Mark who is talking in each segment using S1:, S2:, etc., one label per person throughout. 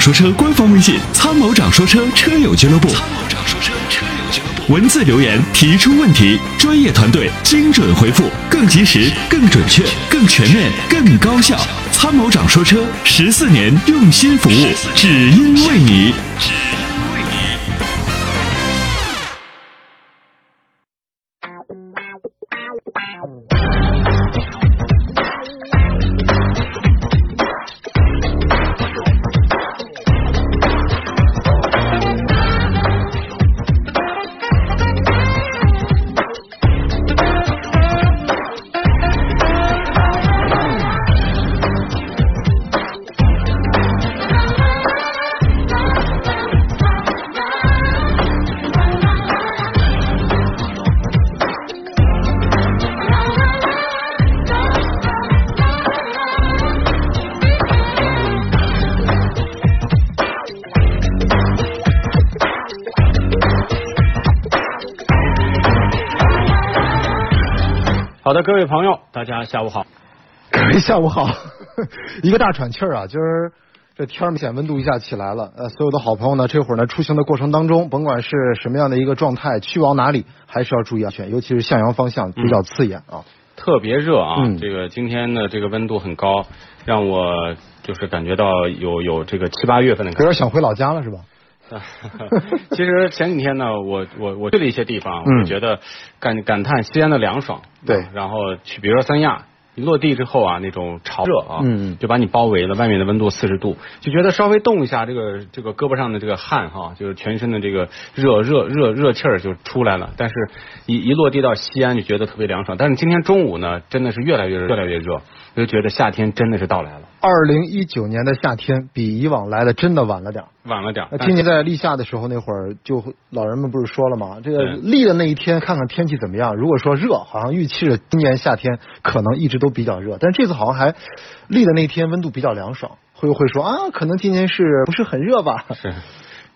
S1: 说车官方微信“参谋长说车”车友俱乐部，
S2: 参谋长说车车友俱乐部，
S1: 文字留言提出问题，专业团队精准回复，更及时、更准确、更全面、更高效。参谋长说车十四年用心服务，只因为你。
S3: 好的，各位朋友，大家下午好。
S4: 各位下午好， 一个大喘气儿啊，今儿这天儿明显温度一下起来了。呃，所有的好朋友呢，这会儿呢出行的过程当中，甭管是什么样的一个状态，去往哪里，还是要注意安全，尤其是向阳方向比较刺眼啊。
S3: 特别热啊，
S4: 嗯
S3: 这个今天的这个温度很高，让我就是感觉到有有这个七八月份的
S4: 有
S3: 感
S4: 点想回老家了是吧？
S3: 觉。 其实前几天呢，我我我去了一些地方，
S4: 嗯
S3: 我觉得感感叹西安的凉爽。啊
S4: 对
S3: 然后去比如说三亚。一落地之后啊，那种潮热啊，
S4: 嗯
S3: 就把你包围了。外面的温度四十度，就觉得稍微动一下，这个这个胳膊上的这个汗哈、就是全身的这个热热热热气儿就出来了。但是一，一落地到西安就觉得特别凉爽。但是今天中午呢，真的是越来越热，越来越热，我就觉得夏天真的是到来了，
S4: 二零一九年的夏天比以往来的真的晚了点儿。
S3: 晚了点儿。
S4: 那
S3: 但是
S4: 今呃年在立夏的时候，那会儿就会老人们不是说了吗？这个
S3: 对
S4: 立的那一天看看天气怎么样。如果说热，好像预期着今年夏天可能一直都比较热，但是这次好像还立的那天温度比较凉爽，会不会说啊，可能今年是不是很热吧？
S3: 是，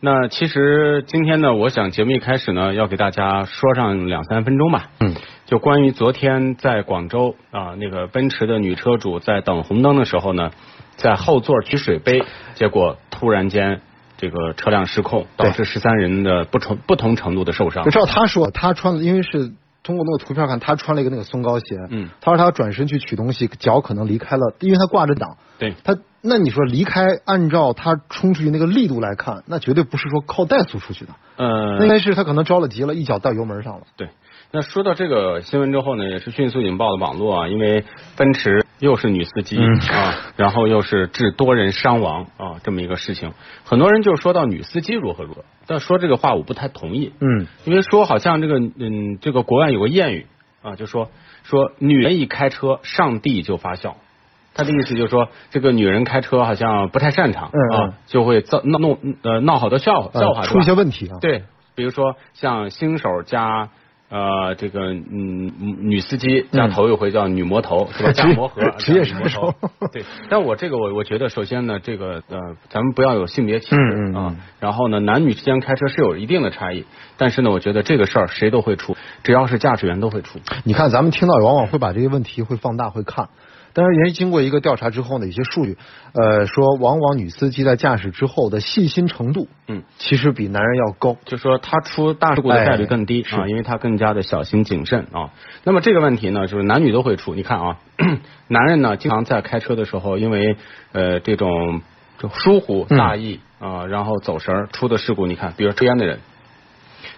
S3: 那其实今天呢，我想节目一开始呢，要给大家说上两三分钟吧。
S4: 嗯，
S3: 就关于昨天在广州啊、那个奔驰的女车主在等红灯的时候呢，在后座取水杯，结果突然间这个车辆失控，导致十三人的不同不同程度的受伤
S4: 就。照他说，他穿的因为是通过那个图片看，他穿了一个那个松糕鞋。
S3: 嗯，
S4: 他说他转身去取东西，脚可能离开了，因为他挂着档。
S3: 对，
S4: 他那你说离开，按照他冲出去那个力度来看，那绝对不是说靠怠速出去的。那应
S3: 呃，
S4: 该是他可能着了急了，一脚到油门上了。
S3: 对。那说到这个新闻之后呢，也是迅速引爆了网络啊，因为奔驰又是女司机、
S4: 嗯
S3: 啊，然后又是致多人伤亡啊这么一个事情，很多人就说到女司机如何如何，但说这个话我不太同意，
S4: 嗯，
S3: 因为说好像这个嗯，这个国外有个谚语啊，就说说女人一开车，上帝就发笑。他的意思就是说，这个女人开车好像不太擅长
S4: 嗯嗯
S3: 啊，就会造闹弄呃闹好多笑话笑话
S4: 呃、
S3: 出
S4: 出一些问题啊。
S3: 对，比如说像新手加呃这个嗯女司机加头一回叫女魔头、 是吧？加
S4: 嗯职业
S3: 魔盒啊
S4: 职业
S3: 加女魔
S4: 杀手
S3: 头对，但我这个我我觉得首先呢，这个呃咱们不要有性别歧视
S4: 嗯嗯嗯
S3: 啊，然后呢男女之间开车是有一定的差异，但是呢我觉得这个事儿谁都会出，只要是驾驶员都会出。
S4: 你看，咱们听到往往会把这些问题会放大会看，但是人家经过一个调查之后呢，有些数据，呃，说往往女司机在驾驶之后的细心程度，
S3: 嗯，
S4: 其实比男人要高。
S3: 就说他出大事故的概率更低、
S4: 哎是
S3: 啊，因为他更加的小心谨慎啊。那么这个问题呢，就是男女都会出。你看啊， 男人呢经常在开车的时候，因为呃这种就疏忽
S4: 嗯
S3: 大意啊、然后走神儿出的事故。你看，比如抽烟的人，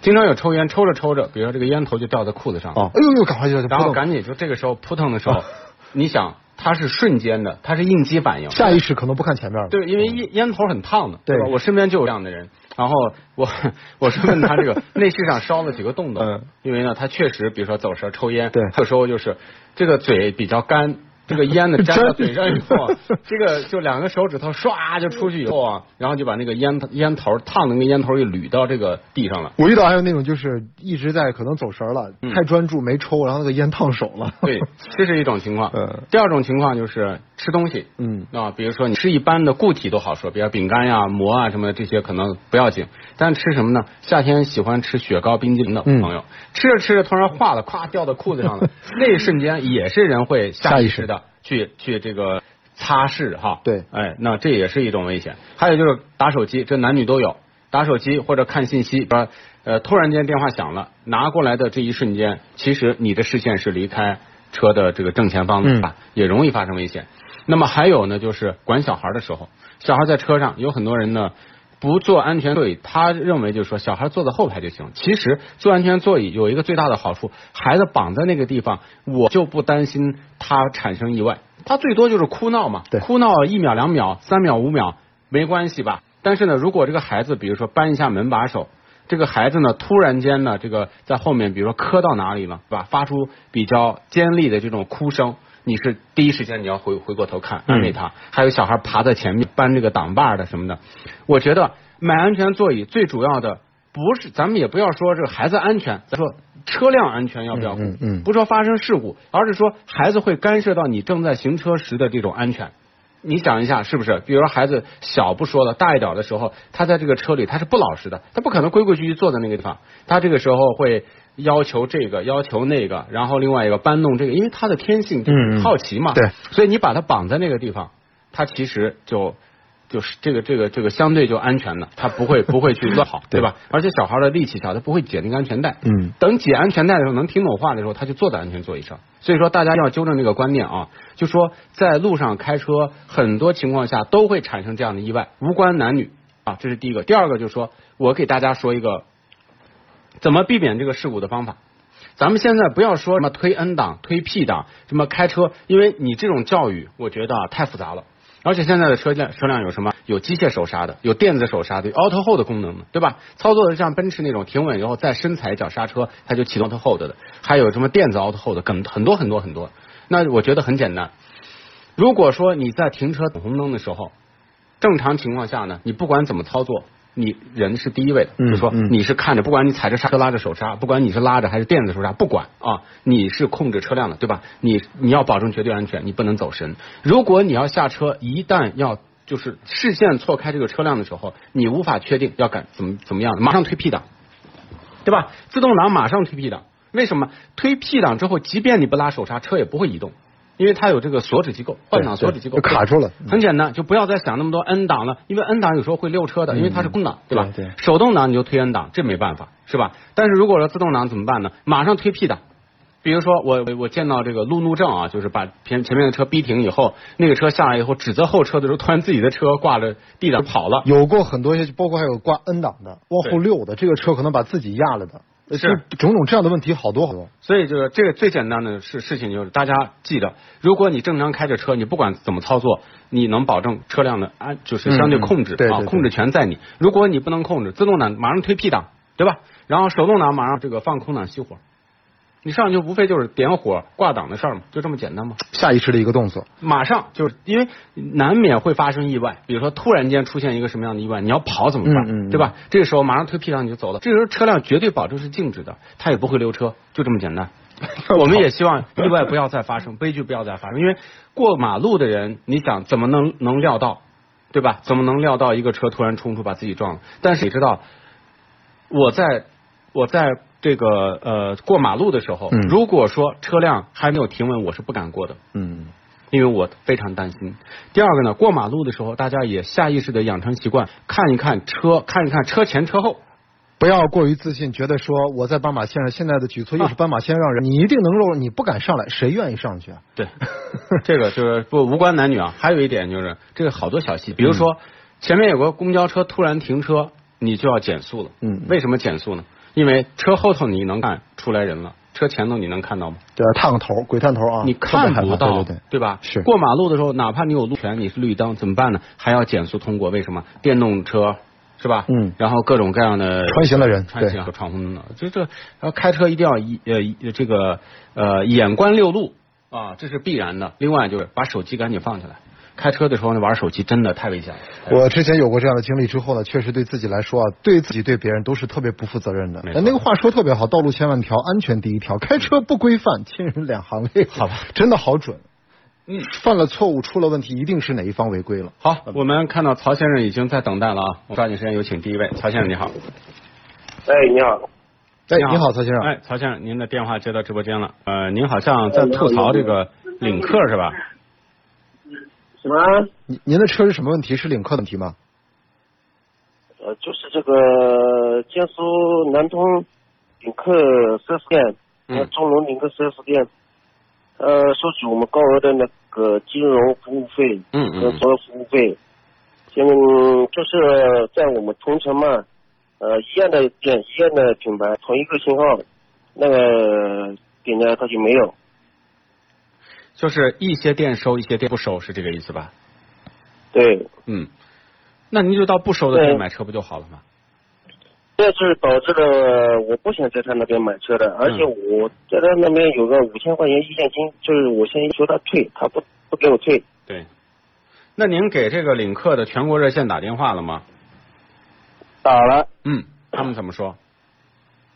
S3: 经常有抽烟，抽着抽着，比如说这个烟头就掉在裤子上，
S4: 哦，哎呦呦，赶快就就
S3: 然后
S4: 扑腾
S3: 赶紧就这个时候扑腾的时候， 你想他是瞬间的，他是应激反应，
S4: 下意识可能不看前面了。
S3: 对，因为烟烟头很烫的，
S4: 对
S3: 吧？我身边就有这样的人。然后我 我是问他这 个内饰上烧了几个洞洞，
S4: 嗯
S3: 因为呢，他确实比如说走神儿抽烟，
S4: 对
S3: 还有时候就是这个嘴比较干，这个烟呢粘到嘴上以后 啊，这个就两个手指头唰就出去以后啊，然后就把那个烟烟头烫的那个烟头给捋到这个地上了。
S4: 我遇到还有那种就是一直在可能走神儿了，
S3: 嗯
S4: 太专注没抽，然后那个烟烫手了。
S3: 对，这是一种情况。
S4: 嗯
S3: 第二种情况就是吃东西，
S4: 嗯，
S3: 啊，比如说你吃一般的固体都好说，比如饼干呀、馍啊什么这些可能不要紧，但吃什么呢？夏天喜欢吃雪糕、冰激凌的
S4: 嗯
S3: 朋友，吃着吃着突然化 了，咵掉到裤子上了，那一瞬间也是人会下意识的去去这个。擦拭哈。
S4: 对
S3: 哎，那这也是一种危险。还有就是打手机，这男女都有，打手机或者看信息，把呃突然间电话响了，拿过来的这一瞬间，其实你的视线是离开车的这个正前方的，
S4: 嗯
S3: 啊也容易发生危险。那么还有呢，就是管小孩的时候，小孩在车上有很多人呢。不坐安全座椅，他认为就是说小孩坐在后排就行。其实坐安全座椅有一个最大的好处，孩子绑在那个地方，我就不担心他产生意外，他最多就是哭闹嘛，
S4: 对
S3: 哭闹一秒、两秒、三秒、五秒没关系吧？但是呢，如果这个孩子比如说扳一下门把手，这个孩子呢，突然间呢，这个在后面，比如说磕到哪里了，是吧？发出比较尖利的这种哭声，你是第一时间你要回回过头看，安慰
S4: 嗯
S3: 他。还有小孩爬在前面搬这个挡把儿的什么的，我觉得买安全座椅最主要的不是，咱们也不要说这个孩子安全，咱说车辆安全要不要顾，
S4: 嗯嗯嗯
S3: 不说发生事故，而是说孩子会干涉到你正在行车时的这种安全。你想一下，是不是？比如说孩子小不说了，大一点的时候，他在这个车里他是不老实的，他不可能规规矩矩坐在那个地方，他这个时候会要求这个，要求那个，然后另外一个搬弄这个，因为他的天性就是
S4: 嗯嗯
S3: 好奇嘛，
S4: 对，
S3: 所以你把他绑在那个地方，他其实就就是这个这个这个相对就安全了，他不 会不会去乱跑，对吧？而且小孩的力气小，他不会解那个安全带。
S4: 嗯，
S3: 等解安全带的时候，能听懂话的时候，他就坐在安全座椅上。所以说，大家要纠正这个观念啊，就说在路上开车，很多情况下都会产生这样的意外，无关男女啊，这是第一个。第二个就是说，我给大家说一个怎么避免这个事故的方法。咱们现在不要说什么推 N 档、推 P 档，什么开车，因为你这种教育，我觉得啊太复杂了。而且现在的车辆车辆有什么？有机械手刹的，有电子手刹的，有 auto hold 的功能的，对吧？操作的像奔驰那种停稳以后再深踩一脚刹车，它就启动 auto hold 的。还有什么电子 auto hold 的，很多很多很多。那我觉得很简单。如果说你在停车等红灯的时候，正常情况下呢，你不管怎么操作，你人是第一位的，
S4: 嗯
S3: 就说
S4: 嗯
S3: 你是看着，不管你踩着刹车拉着手刹，不管你是拉着还是电子手刹，不管啊，你是控制车辆的，对吧？你你要保证绝对安全，你不能走神。如果你要下车，一旦要就是视线错开这个车辆的时候，你无法确定要赶怎么怎么样，马上推 P 档，对吧？自动挡马上推 P 档，为什么？推 P 档之后，即便你不拉手刹，车也不会移动，因为它有这个锁止机构，换挡锁止机构
S4: 就卡住了。
S3: 很简单，就不要再想那么多 N 档了，因为 N 档有时候会溜车的，因为它是空档，对吧？
S4: 对对
S3: 手动挡你就推 N 档，这没办法，是吧？但是如果说自动挡怎么办呢？马上推 P 档。比如说我我我见到这个路怒症啊，就是把前前面的车逼停以后，那个车下来以后指责后车的时候，突然自己的车挂着 D 档跑了，
S4: 有过很多一些，包括还有挂 N 档的、往后溜的，这个车可能把自己压了的，呃
S3: 是
S4: 就种种这样的问题好多好多。
S3: 所以就是这个最简单的事事情就是大家记得，如果你正常开着车，你不管怎么操作，你能保证车辆的安，就是相对控制、
S4: 嗯对对
S3: 啊，
S4: 对
S3: 控制权在你。如果你不能控制，自动挡马上推 P 档，对吧？然后手动挡马上这个放空挡熄火，你上去无非就是点火挂档的事儿嘛，就这么简单嘛。
S4: 下意识的一个动作，
S3: 马上就是因为难免会发生意外，比如说突然间出现一个什么样的意外，你要跑怎么办？
S4: 嗯嗯嗯
S3: 对吧？这个时候马上推 P 档你就走了，这个时候车辆绝对保证是静止的，它也不会溜车，就这么简 单。我们也希望意外不要再发生， 悲剧不要再发生，因为过马路的人，你想怎么能能料到，对吧？怎么能料到一个车突然冲出把自己撞了？但是你知道，我在我在这个呃过马路的时候，
S4: 嗯
S3: 如果说车辆还没有停稳，我是不敢过的。
S4: 嗯，
S3: 因为我非常担心。第二个呢，过马路的时候，大家也下意识的养成习惯，看一看车，看一看车前车后。
S4: 不要过于自信，觉得说我在斑马线上，现在的举措又是斑马线让人，你一定能够，你不敢上来，谁愿意上去啊？
S3: 对， 这个就是不无关男女啊。还有一点就是，这个好多小细，比如说、前面有个公交车突然停车，你就要减速了。
S4: 嗯
S3: 为什么减速呢？因为车后头你能看出来人了，车前头你能看到吗？
S4: 对啊，探个头，鬼探头啊，
S3: 你看
S4: 特别
S3: 不
S4: 害怕
S3: 到，
S4: 对对对。
S3: 吧？
S4: 是
S3: 过马路的时候，哪怕你有路权，你是绿灯，怎么办呢？还要减速通过，为什么？电动车是吧？
S4: 嗯
S3: 然后各种各样的
S4: 穿行了人
S3: 穿行和闯红灯的，就这，然后开车一定要一呃一这个呃眼观六路啊，这是必然的。另外就是把手机赶紧放下来，开车的时候呢玩手机真的太危险了。
S4: 我之前有过这样的经历之后呢，确实对自己来说啊，对自己对别人都是特别不负责任的。
S3: 没
S4: 哎
S3: 错
S4: 那个话说特别好，道路千万条，安全第一条。开车不规范，亲人两行泪。
S3: 好吧，
S4: 真的好准。
S3: 嗯，
S4: 犯了错误，出了问题，一定是哪一方违规了。
S3: 好，我们看到曹先生已经在等待了啊，我抓紧时间有请第一位，曹先生你好。
S5: 哎，你好，
S4: 哎，你好，曹先生。
S3: 哎，曹先生，您的电话接到直播间了。呃，您好像在吐槽这个领克是吧？
S5: 什么？
S4: 您您的车是什么问题？是领克的问题吗？
S5: 呃，就是这个江苏南通领克 4S 店，呃，
S3: 嗯
S5: 中龙领克 4S 店，呃，收取我们高额的那个金融服务费
S3: 嗯
S5: 和
S3: 嗯
S5: 所有服务费。嗯，就是在我们同城嘛，呃，一样的店，一样的品牌，同一个型号，那个店家他就没有。
S3: 就是一些店收，一些店不收，是这个意思吧？
S5: 对，
S3: 嗯，那您就到不收的店
S5: 对
S3: 买车不就好了吗？
S5: 这是导致了我不想在他那边买车的，而且我在他那边有个五千块钱意见金，就是我现在求他退，他不不给我退。
S3: 对。那您给这个领克的全国热线打电话了吗？
S5: 打了，
S3: 嗯，他们怎么说？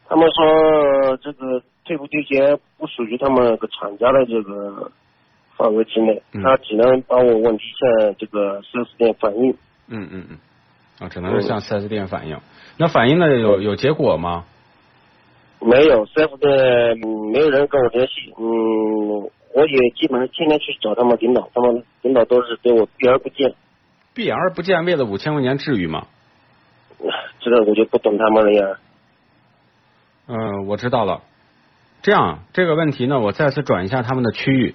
S5: 他们说这个退不退钱不属于他们个厂家的这个范围之内，
S3: 嗯
S5: 他只能把我问题向这个四 S 店反映。
S3: 嗯嗯嗯，啊，只能是向四 S 店反映。那反映的有有结果吗？
S5: 没有四 S 店嗯没有人跟我联系，嗯，我也基本上天天去找他们领导，他们领导都是对我避而不见。
S3: 避而不见，为了五千块钱至于吗？
S5: 这个我就不懂他们了呀。
S3: 嗯，我知道了。这样，这个问题呢，我再次转一下他们的区域，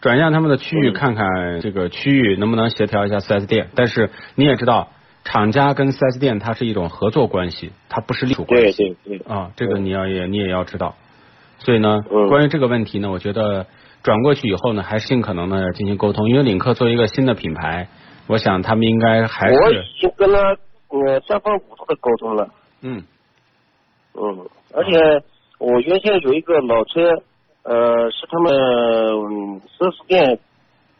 S3: 转一下他们的区域，
S5: 嗯
S3: 看看这个区域能不能协调一下 4S 店。但是你也知道，厂家跟 4S 店它是一种合作关系，它不是隶属关
S5: 对
S3: 系
S5: 对对，
S3: 啊。这个你要也你也要知道。所以呢，
S5: 嗯
S3: 关于这个问题呢，我觉得转过去以后呢，还是尽可能的进行沟通，因为领克作为一个新的品牌，我想他们应该还
S5: 我
S3: 是
S5: 已经跟他呃三方五度的沟通了，
S3: 嗯
S5: 嗯，而且我原先有一个老车，呃，是他们嗯四 S 店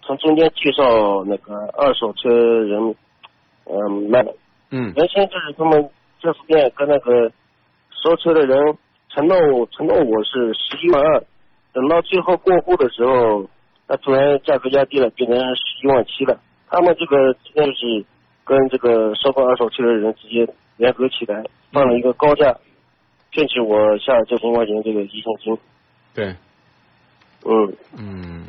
S5: 从中间介绍那个二手车人，嗯、卖的。
S3: 嗯
S5: 原先就是他们四 S 店跟那个收车的人承诺我承诺我是十一万二，等到最后过户的时候，那突然价格压低了，变成十一万七了。他们这个之间就是跟这个收购二手车的人直接联合起来，放了一个高价，骗取我下九千块钱这个意向金。
S3: 对。
S5: 嗯，
S3: 嗯，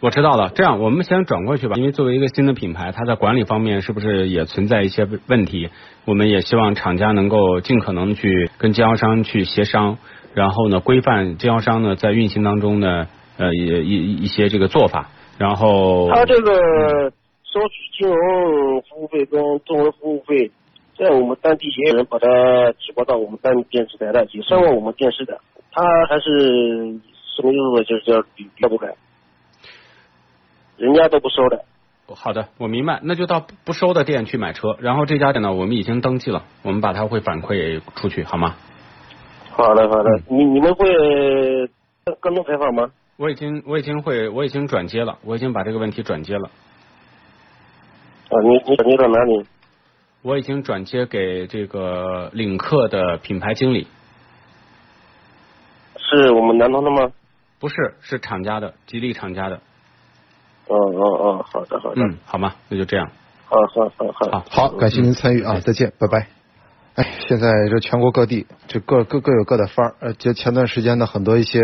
S3: 我知道了。这样，我们先转过去吧，因为作为一个新的品牌，它在管理方面是不是也存在一些问问题？我们也希望厂家能够尽可能去跟经销商去协商，然后呢，规范经销商呢在运行当中呢，呃，也一一些这个做法。然后，
S5: 他这个收取金融服务费跟综合服务费，在我们当地也有人把它举报到我们当地电视台的，也上过我们电视的。他还是什么意思？就是叫比较不改，人家都不收的。
S3: 好的，我明白，那就到不不收的店去买车。然后这家店呢，我们已经登记了，我们把它会反馈出去，好吗？
S5: 好的，好的，嗯你你们会跟跟踪采访吗？
S3: 我已经我已经会我已经转接了，我已经把这个问题转接了。
S5: 啊，你你转接到哪里？
S3: 我已经转接给这个领克的品牌经理，
S5: 是我们南通的吗？
S3: 不是，是厂家的，吉利厂家的。
S5: 哦哦哦，好的好的，
S3: 嗯，好吗？那就这样。
S5: 好好好好。
S3: 好
S4: 好，感谢您参与啊，再见，拜拜。哎，现在这全国各地这各各各有各的法儿。呃，前前段时间呢，很多一些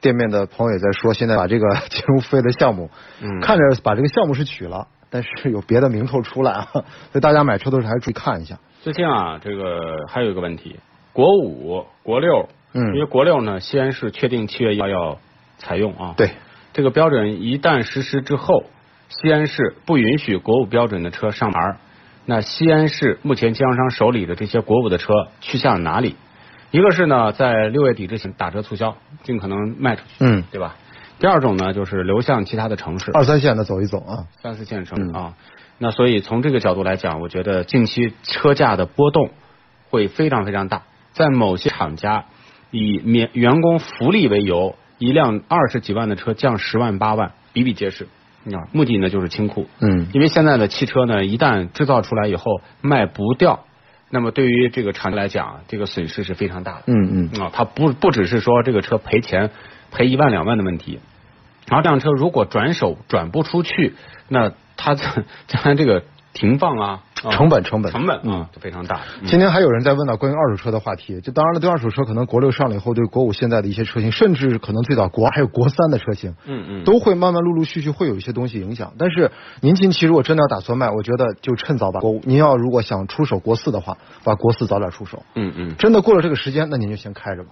S4: 店面的朋友也在说，现在把这个 金融费的项目，
S3: 嗯
S4: 看着把这个项目是取了，但是有别的名头出来啊， 所以大家买车的时候还是注意看一下。
S3: 最近啊，这个还有一个问题，国五、国六，
S4: 嗯
S3: 因为国六呢，西安市确定七月一号要采用啊。。
S4: 对，
S3: 这个标准一旦实施之后，西安市不允许国五标准的车上牌儿。那西安市目前经销商手里的这些国五的车去向哪里？一个是呢，在六月底之前打折促销，尽可能卖出去，
S4: 嗯，
S3: 对吧？第二种呢，就是流向其他的城市，
S4: 二三线的走一走啊。
S3: 三四线城市啊。那所以从这个角度来讲，我觉得近期车价的波动会非常非常大。在某些厂家以免员工福利为由，一辆二十几万的车降十万八万，比比皆是。啊，目的呢就是清库，
S4: 嗯
S3: 因为现在的汽车呢，一旦制造出来以后卖不掉，那么对于这个厂家来讲，这个损失是非常大的。
S4: 嗯嗯
S3: 啊，它不不只是说这个车赔钱赔一万两万的问题，然后这辆车如果转手转不出去，那它将来这个停放啊，啊
S4: 哦成本成本嗯
S3: 成本啊都非常大。嗯
S4: 今天还有人在问到关于二手车的话题，就当然了，对二手车可能国六上了以后，对国五现在的一些车型，甚至可能最早国二还有国三的车型，
S3: 嗯嗯
S4: 都会慢慢陆陆续续会有一些东西影响。但是您近期如果真的要打算卖，我觉得就趁早把国五，您要如果想出手国四的话，把国四早点出手。
S3: 嗯嗯，
S4: 真的过了这个时间，那您就先开着吧。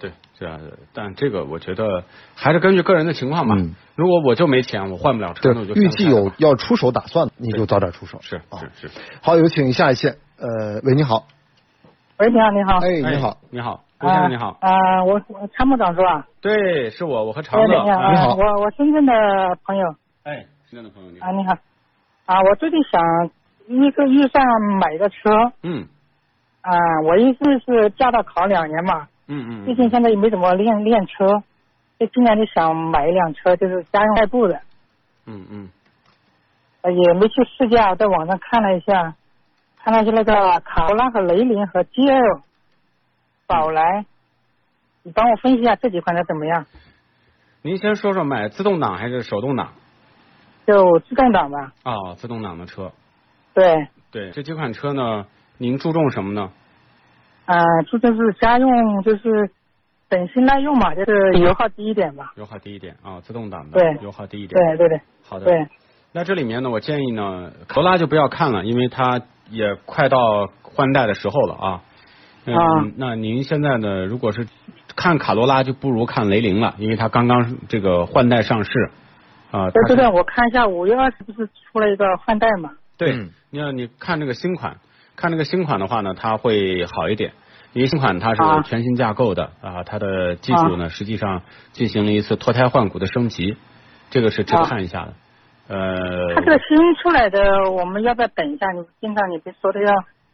S3: 对，这样的。但这个我觉得还是根据个人的情况吧。
S4: 嗯
S3: 如果我就没钱，我换不了车，那我就
S4: 预计
S3: 看看
S4: 有
S3: 吧
S4: 要出手打算，你就早点出手。
S3: 是
S4: 啊，
S3: 是是。
S4: 好，有请下一线。呃，喂，你好。
S6: 喂，你好，你好。
S4: 哎，你好
S3: 哎，，你好，龚先生你好，
S6: 啊、啊我我参谋长是吧？
S3: 对，是我，我和常
S6: 哎
S3: 乐。
S6: 你好，
S3: 哎
S4: 你好
S6: 我我深圳的朋友
S3: 哎，新疆的朋友你好
S6: 啊，，你好。啊，我最近想一个预算买个车
S3: 嗯
S6: 啊，我意思是驾照考两年嘛，
S3: 嗯嗯
S6: 最近
S3: 嗯，
S6: 现在也没怎么练练车，就今年就想买一辆车，就是家用代步的，
S3: 嗯嗯
S6: 呃也没去试驾，在网上看了一下，看了一下那个卡罗拉和雷凌和 GL、宝
S3: 嗯
S6: 来，你帮我分析一下这几款车怎么样？
S3: 您先说说买自动挡还是手动挡？
S6: 就自动挡吧，
S3: 啊、自动挡的车。
S6: 对。
S3: 对，这几款车呢，您注重什么呢？
S6: 啊，这就是家用，就是本身耐用嘛，就是油耗低一点吧。
S3: 油耗低一点啊、自动挡的
S6: 对
S3: 油耗低一点。嗯
S6: 对对对
S3: 好的。
S6: 对，
S3: 那这里面呢，我建议呢，考拉就不要看了，因为它也快到换代的时候了啊。嗯，
S6: 啊
S3: 那您现在呢，如果是看卡罗拉，就不如看雷凌了，因为它刚刚这个换代上市啊。
S6: 所以
S3: 它
S6: 这
S3: 是
S6: 段我看一下，五月二十不是出了一个换代嘛？
S3: 对
S4: 嗯，
S3: 你要你看这个新款，看这个新款的话呢，它会好一点，因为新款它是
S6: 啊
S3: 全新架构的啊，它的技术呢实际上进行了一次脱胎换骨的升级，这个是值得
S6: 啊
S3: 看一下的。呃
S6: 它，这个新出来的，我们要不要等一下？你经常你不是说的要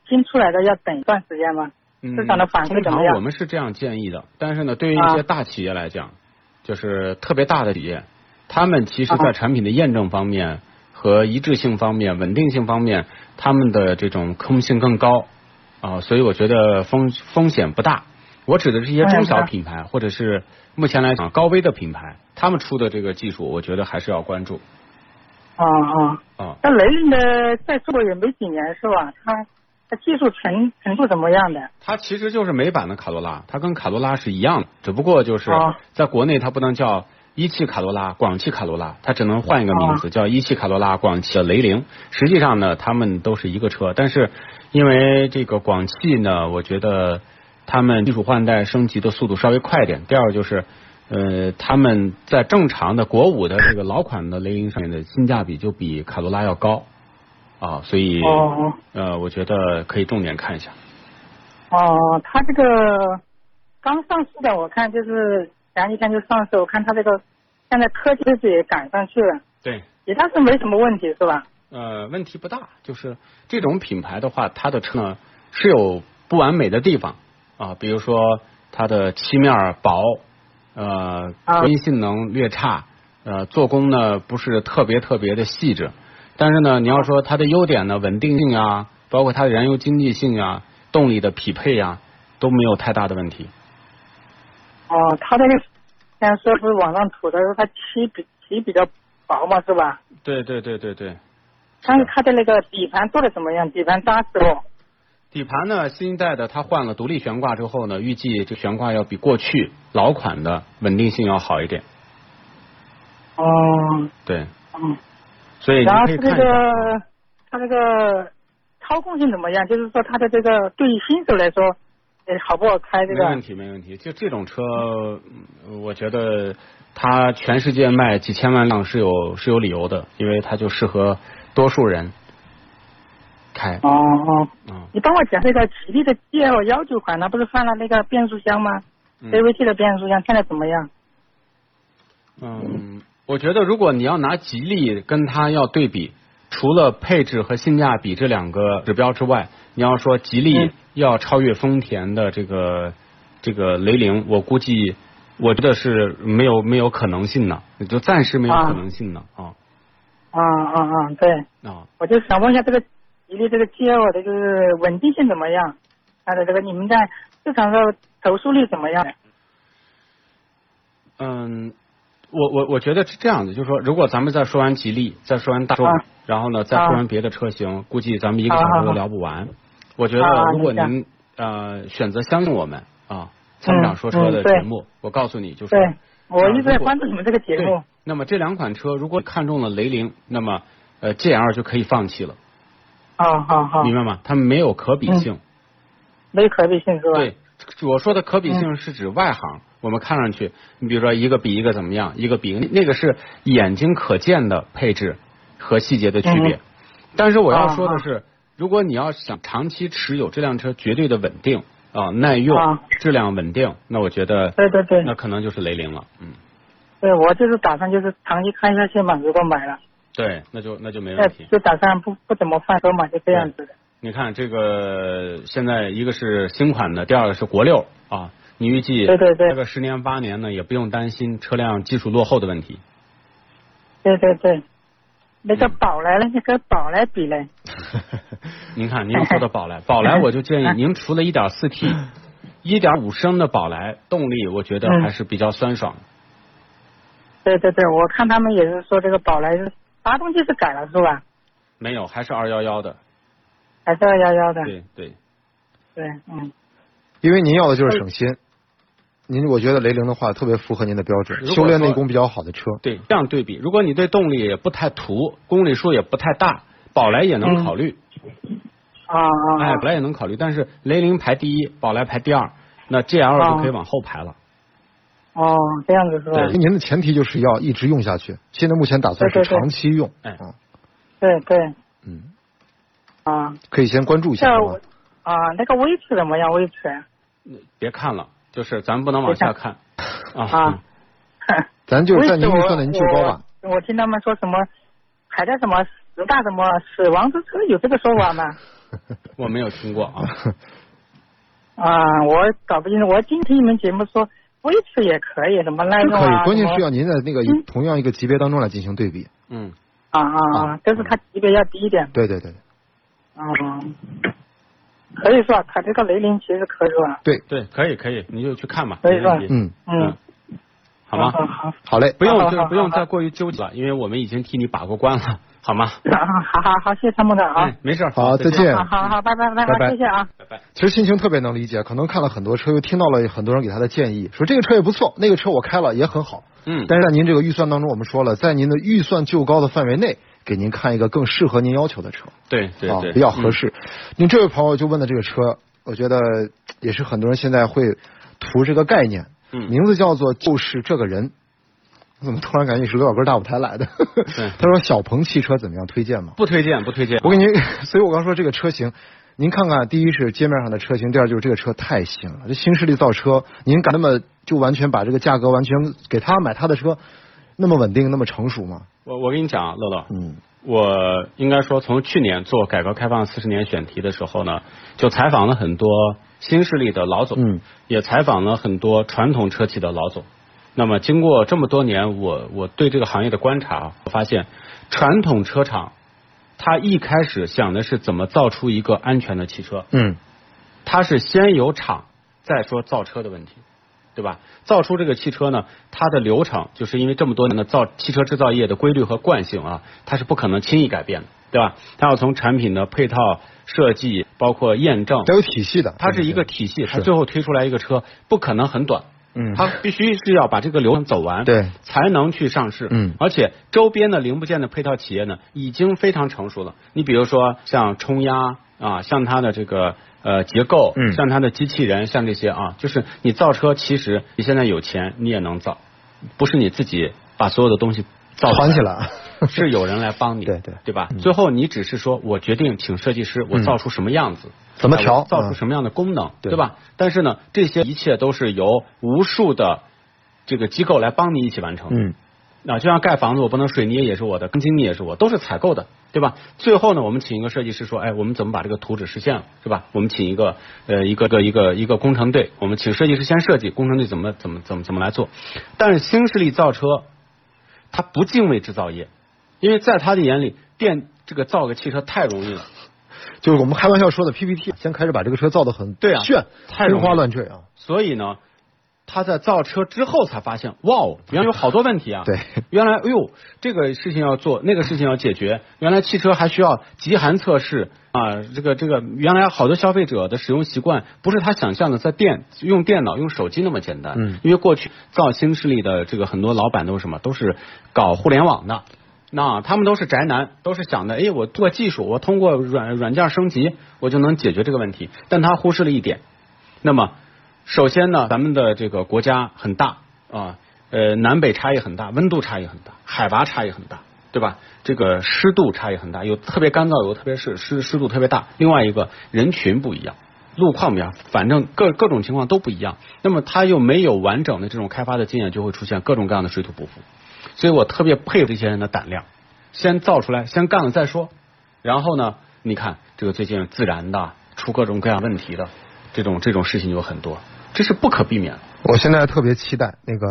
S6: 新出来的要等一段时间吗？
S3: 嗯
S6: 市场的反馈怎么
S3: 通常
S6: 样
S3: 我们是这样建议的，但是呢，对于一些
S6: 啊
S3: 大企业来讲，就是特别大的企业，他们其实在
S6: 啊
S3: 产品的验证方面和一致性方面、稳定性方面，他们的这种可控性更高啊、所以我觉得风风险不大。我指的是一些中小品牌，或者是目前来讲高危的品牌，他们出的这个技术，我觉得还是要关注
S6: 啊啊，
S3: 啊。
S6: 那雷凌的在中国也没几年是吧？它它技术程程度怎么样的？
S3: 它其实就是美版的卡罗拉，它跟卡罗拉是一样的，只不过就是
S6: 啊
S3: 在国内它不能叫一汽卡罗拉、广汽卡罗拉，它只能换一个名
S6: 啊
S3: 字叫一汽卡罗拉、广汽雷凌。实际上呢，他们都是一个车，但是因为这个广汽呢，我觉得他们技术换代升级的速度稍微快一点。第二就是。呃，他们在正常的国五的这个老款的雷凌上面的性价比就比卡罗拉要高啊，所以、
S6: 哦
S3: 呃，我觉得可以重点看一下。
S6: 哦，它这个刚上市的，我看就是前几天就上市，我看它这个现在科技是也赶上去了，
S3: 对，
S6: 其他是没什么问题是吧？
S3: 呃，问题不大，就是这种品牌的话，它的车呢是有不完美的地方啊，比如说它的漆面儿薄，呃，
S6: 啊
S3: 隔音性能略差，呃，做工呢不是特别特别的细致，但是呢，你要说它的优点呢，稳定性啊，包括它的燃油经济性啊，动力的匹配啊，都没有太大的问题。
S6: 哦，它这个现在说不是网呃上吐的，说它漆比漆比较薄嘛是吧？
S3: 对对对对对，
S6: 但是它的那个底盘做的怎么样？底盘扎实不？
S3: 底盘呢，新一代的它换了独立悬挂之后呢，预计这悬挂要比过去老款的稳定性要好一点。
S6: 哦，
S3: 对，
S6: 嗯，
S3: 所以你
S6: 然
S3: 可
S6: 后它
S3: 以
S6: 这
S3: 看一下。
S6: 个它这个操控性怎么样？就是说它的这个对于新手来说，呃，好不好开这
S3: 没
S6: 个？
S3: 问题，没问题。就这种车，嗯我觉得它全世界卖几千万辆是有是有理由的，因为它就适合多数人开。
S6: 哦哦，
S3: 嗯
S6: 你帮我讲这个吉利的 GL 幺九款，它不是换了那个变速箱吗
S3: 嗯
S6: ？CVT 的变速箱现在怎么样？
S3: 嗯，我觉得如果你要拿吉利跟它要对比，除了配置和性价比这两个指标之外，你要说吉利
S6: 嗯
S3: 要超越丰田的这个这个雷凌，我估计我觉得是没有没有可能性的，就暂时没有
S6: 啊
S3: 可能性的啊
S6: 啊啊啊！对，
S3: 啊。
S6: 我就想问一下这个吉利这个 GL 的就是稳定性怎么样？它的这个你们在市场上投诉率怎么样？
S3: 嗯，我我我觉得是这样的，就是说，如果咱们再说完吉利，再说完大众
S6: 啊，
S3: 然后呢，再
S6: 啊
S3: 说完别的车型，估计咱们一个小时都聊不完。我觉得
S6: 啊
S3: 如果
S6: 明白
S3: 您呃选择相信我们啊，参谋长说车
S6: 嗯
S3: 的
S6: 对
S3: 节目，我告诉你就是
S6: 对，我一直在
S3: 如果
S6: 关注你们这个节目
S3: 对。，那么这两款车，如果看中了雷凌，那么呃 GL 就可以放弃了，
S6: 啊，嗯好好，
S3: 明白吗？它没有可比性。
S6: 没有可比性是吧？嗯
S3: 对，我说的可比性是指外行，我们看上去，你比如说一个比一个怎么样，一个比一个那个是眼睛可见的配置和细节的区别。
S6: 嗯
S3: 但是我要
S6: 啊
S3: 说的是，如果你要想长期持有这辆车，绝对的稳定啊、耐用、
S6: 啊
S3: 质量稳定，那我觉得
S6: 对对对
S3: 那可能就是雷凌了。嗯，
S6: 对，我就是打算就是长期看下去嘛，如果买了，
S3: 对，那就那就没
S6: 那
S3: 问题。
S6: 就打算不不怎么换手嘛，就这样子的。
S3: 你看这个现在一个是新款的，第二个是国六啊，你预计
S6: 对对对
S3: 这个十年八年呢也不用担心车辆技术落后的问题。
S6: 对对对，那个宝来呢？你跟宝来比嘞？
S3: 您看，您说的宝来，宝来我就建议您除了 1.4T、1.5升的宝来，动力我觉得
S6: 嗯
S3: 还是比较酸爽。
S6: 对对对，我看他们也是说这个宝来是发动机是改了是吧？
S3: 没有，还是211的。
S6: 还是二幺幺的？
S3: 对对，
S6: 对，嗯，
S4: 因为您要的就是省心。您我觉得雷凌的话特别符合您的标准，
S3: 如果
S4: 修炼内
S3: 说
S4: 功比较好的车。
S3: 对，这样对比，如果你对动力也不太图，公里数也不太大，宝来也
S6: 嗯
S3: 能考虑，
S6: 啊啊，
S3: 哎，
S6: 啊
S3: 宝来也能考虑。但是雷凌排第一，宝来排第二，那 GL 就
S6: 啊
S3: 可以往后排了。
S6: 哦，这样子是吧？
S4: 您的前提就是要一直用下去，现在目前打算是
S6: 对对对
S4: 长期用，
S3: 哎
S4: 嗯
S6: 对对，
S4: 嗯，
S6: 啊，
S4: 可以先关注一下
S6: 这
S4: 好
S6: 我
S4: 吗
S6: 啊，那个威驰怎么样？威驰
S3: 别看了，就是咱不能往下看啊。
S6: 啊，哼
S4: 咱 就是
S6: 威
S4: 占
S6: 驰
S4: 您
S6: 我
S4: 预算的您就高吧。
S6: 我我听他们说什么排在什么十大什么死亡之车，有这个说法吗？
S3: 我没有听过啊。
S6: 啊，我搞不清楚。我今听你们节目说威驰也可以，什么耐
S4: 是
S6: 用
S4: 可以
S6: 啊，，
S4: 关键
S6: 什
S4: 是
S6: 么
S4: 要您在那个
S6: 嗯
S4: 同样一个级别当中来进行对比。
S3: 嗯，
S6: 啊啊啊，就是它级别要低一点。
S4: 对对对对
S6: 嗯，可以说它这个雷凌其实可以说，
S3: 对，可以可以，你就去看吧，
S6: 可以
S3: 没问题。
S4: 嗯，
S6: 嗯，
S3: 好吗？
S6: 好好
S4: 好嘞，
S3: 不用，
S6: 好好
S3: 就是
S6: 好
S3: 不用
S6: 好
S3: 再过于纠结了，因为我们已经替你把过关了，好吗？
S6: 好好好，谢谢参谋长
S4: 嗯
S6: 啊
S3: 哎，，没事儿，
S4: 好，再
S3: 见。
S4: 见
S6: 好。好好，拜拜拜
S4: 拜拜
S6: 谢谢啊。
S4: 其实心情特别能理解，可能看了很多车，又听到了很多人给他的建议，说这个车也不错，那个车我开了也很好。
S3: 嗯，
S4: 但是在您这个预算当中，我们说了，在您的预算就高的范围内，给您看一个更适合您要求的车。
S3: 对对嗯
S4: 啊
S3: 对，，
S4: 比较合适。您这位朋友就问的这个车，我觉得呃也是很多人现在会图这个概念，
S3: 嗯
S4: 名字叫做就是这个人。我怎么突然感觉你是刘老根大舞台来的？
S3: 对
S4: 他说小鹏汽车怎么样？推荐吗？
S3: 不推荐，不推荐。
S4: 我给您， 所以我刚说这个车型，您看看，第一是街面上的车型，第二就是这个车太新了，这新势力造车，您敢那么就完全把这个价格完全给他买他的车，那么稳定，那么成熟吗？
S3: 我我跟你讲啊，乐乐，
S4: 嗯，
S3: 我应该说从去年做改革开放四十年选题的时候呢，就采访了很多新势力的老总，
S4: 嗯
S3: 也采访了很多传统车企的老总。那么经过这么多年，我我对这个行业的观察，啊我发现传统车厂，它一开始想的是怎么造出一个安全的汽车，
S4: 嗯，
S3: 它是先有厂，再说造车的问题，对吧？造出这个汽车呢，它的流程就是因为这么多年的造汽车制造业的规律和惯性啊，它是不可能轻易改变的，对吧？它要从产品的配套设计，包括验证，
S4: 得有体系的，
S3: 它是一个体系，它最后推出来一个车不可能很短，
S4: 嗯
S3: 它必须是要把这个流程走完，
S4: 对，
S3: 才能去上市，
S4: 嗯
S3: 而且周边的零部件的配套企业呢，已经非常成熟了。你比如说像冲压啊，像它的这个呃结构，
S4: 嗯
S3: 像它的机器人，像这些啊，就是你造车，其实你现在有钱你也能造，不是你自己把所有的东西造
S4: 团起
S3: 来。
S4: 来。
S3: 是有人来帮你，
S4: 对对嗯
S3: 对吧？最后你只是说我决定请设计师，我造出什么样子，
S4: 怎么调嗯
S3: 哎我造出什么样的功能，对吧？但是呢，这些一切都是由无数的这个机构来帮你一起完成的。
S4: 嗯，
S3: 啊，就像盖房子，我不能水泥也是我的，钢筋也是我，都是采购的，对吧？最后呢，我们请一个设计师说，哎，我们怎么把这个图纸实现了，是吧？我们请一个呃一个个一个一个工程队，我们请设计师先设计，工程队怎么怎么怎么怎么来做。但是新势力造车，他不敬畏制造业，因为在他的眼里，电这个造个汽车太容易了，
S4: 就是我们开玩笑说的 PPT，先开始把这个车造的很
S3: 对啊
S4: 炫，
S3: 太容易
S4: 天花
S3: 了
S4: 乱坠啊，
S3: 所以呢，他在造车之后才发现，哇哦，原来有好多问题啊！
S4: 对，
S3: 原来哎呦，这个事情要做，那个事情要解决，原来汽车还需要极寒测试啊！这个这个，原来好多消费者的使用习惯不是他想象的在电用电脑、用手机那么简单，
S4: 嗯
S3: 因为过去造新势力的这个很多老板都是什么，都是搞互联网的。那他们都是宅男，都是想的，哎，我做技术，我通过软软件升级，我就能解决这个问题。但他忽视了一点，那么，首先呢，咱们的这个国家很大啊，呃，南北差异很大，温度差异很大，海拔差异很大，对吧？这个湿度差异很大，有特别干燥，有特别湿湿湿度特别大。另外一个人群不一样，路况不一样，反正各各种情况都不一样。那么他又没有完整的这种开发的经验，就会出现各种各样的水土不服。所以我特别佩服这些人的胆量，先造出来，先干了再说。然后呢，你看这个最近自燃的出各种各样问题的这种这种事情有很多，这是不可避免的。
S4: 我现在特别期待那个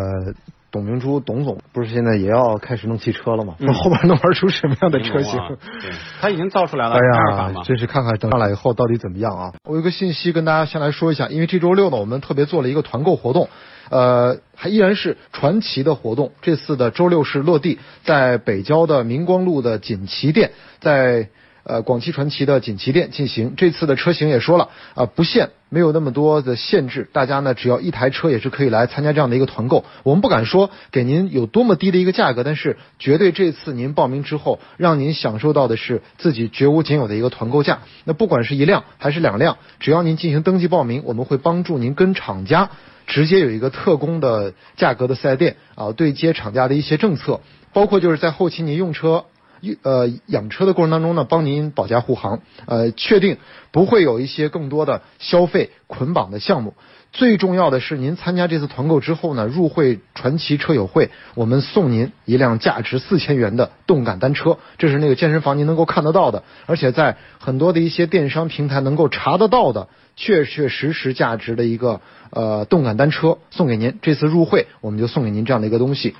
S4: 董明珠董总，不是现在也要开始弄汽车了吗？
S3: 嗯
S4: 那 后边能玩出什么样的车型？
S3: 啊对他已经造出来了，
S4: 哎
S3: 没办法
S4: 呀
S3: 嘛，。
S4: 真是看看等上来以后到底怎么样啊！我有个信息跟大家先来说一下，因为这周六呢，我们特别做了一个团购活动，呃，还依然是传奇的活动。这次的周六是落地在北郊的明光路的锦旗店，在。呃，广汽传祺的锦旗店进行这次的车型也说了啊、不限，没有那么多的限制，大家呢只要一台车也是可以来参加这样的一个团购。我们不敢说给您有多么低的一个价格，但是绝对这次您报名之后，让您享受到的是自己绝无仅有的一个团购价。那不管是一辆还是两辆，只要您进行登记报名，我们会帮助您跟厂家直接有一个特供的价格的四 S 店啊，对接厂家的一些政策，包括就是在后期您用车一呃养车的过程当中呢，帮您保驾护航，呃，确定不会有一些更多的消费捆绑的项目。最重要的是，您参加这次团购之后呢，入会传奇车友会，我们送您一辆价值四千元的动感单车，这是那个健身房您能够看得到的，而且在很多的一些电商平台能够查得到的，确确实实价值的一个呃动感单车送给您。这次入会，我们就送给您这样的一个东西。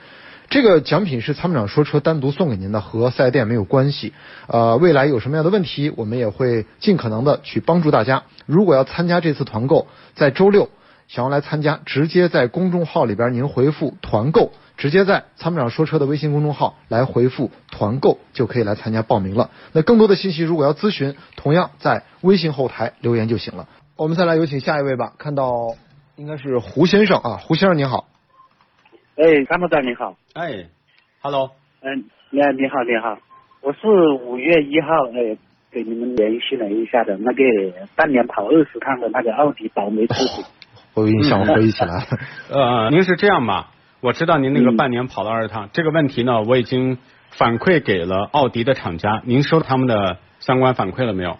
S4: 这个奖品是参谋长说车单独送给您的，和四 S 店没有关系。呃，未来有什么样的问题，我们也会尽可能的去帮助大家。如果要参加这次团购，在周六想要来参加，直接在公众号里边您回复“团购”，直接在参谋长说车的微信公众号来回复“团购”就可以来参加报名了。那更多的信息如果要咨询，同样在微信后台留言就行了。我们再来有请下一位吧，看到应该是胡先生啊，胡先生您好。
S7: 哎，参谋长你好，
S3: 哎，Hello，
S7: 嗯，那你好你好，我是五月一号哎给你们联系了一下的那个半年跑二十趟的那个奥迪倒霉车主。
S4: 我有印象，我回忆起来了。
S3: 呃，您是这样吧？我知道您那个
S7: 嗯
S3: 半年跑了二十趟，这个问题呢，我已经反馈给了奥迪的厂家，您收到他们的相关反馈了没有？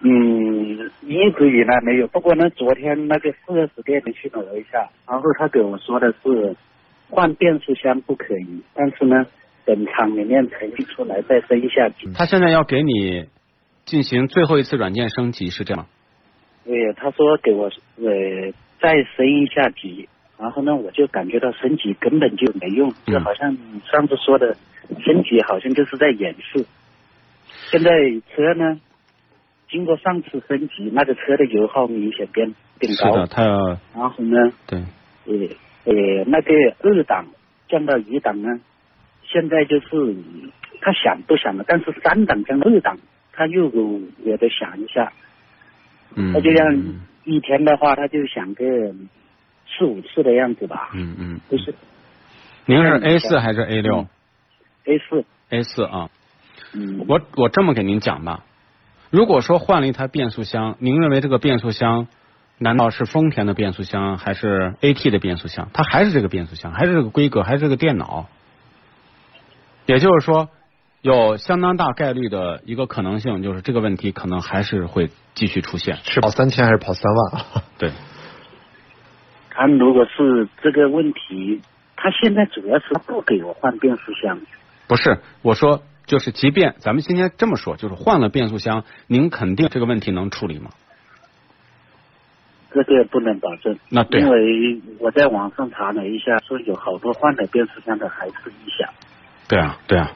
S7: 嗯，一直以来没有。不过呢，昨天那个四 S 店里去了一下，然后他给我说的是换变速箱不可以，但是呢，等厂里面成绩出来再升一下级。
S3: 他现在要给你进行最后一次软件升级，是这样吗？
S7: 对，他说给我呃再升一下级，然后呢，我就感觉到升级根本就没用，
S3: 嗯
S7: 就好像你上次说的，升级好像就是在掩饰。现在车呢，经过上次升级，那个车的油耗明显变变
S3: 是
S7: 高
S3: 的，，他要
S7: 然后呢，
S3: 对，
S7: 呃呃，那个二档降到一档呢，现在就是他想不想了，但是三档降到二档，他又也得想一下。
S3: 嗯，
S7: 他就像
S3: 嗯
S7: 一天的话，他就想个四五次的样子吧，
S3: 嗯嗯，
S7: 就是
S3: 您是 A 四还是 A 六、
S7: A 四，
S3: a 四啊，
S7: 嗯，
S3: 我我这么给您讲吧，如果说换了一台变速箱，您认为这个变速箱难道是丰田的变速箱还是 AT 的变速箱？它还是这个变速箱，还是这个规格，还是这个电脑？也就是说，有相当大概率的一个可能性，就是这个问题可能还是会继续出现。
S4: 是跑三千还是跑三万啊？
S3: 对，
S7: 他如果是这个问题，他现在主要是不给我换变速箱，
S3: 不是，我说就是，即便咱们今天这么说，就是换了变速箱，您肯定这个问题能处理吗？
S7: 这个不能保证。
S3: 那对啊
S7: 因为我在网上查了一下，说有好多换了变速箱的还是异响。
S3: 对啊，对啊。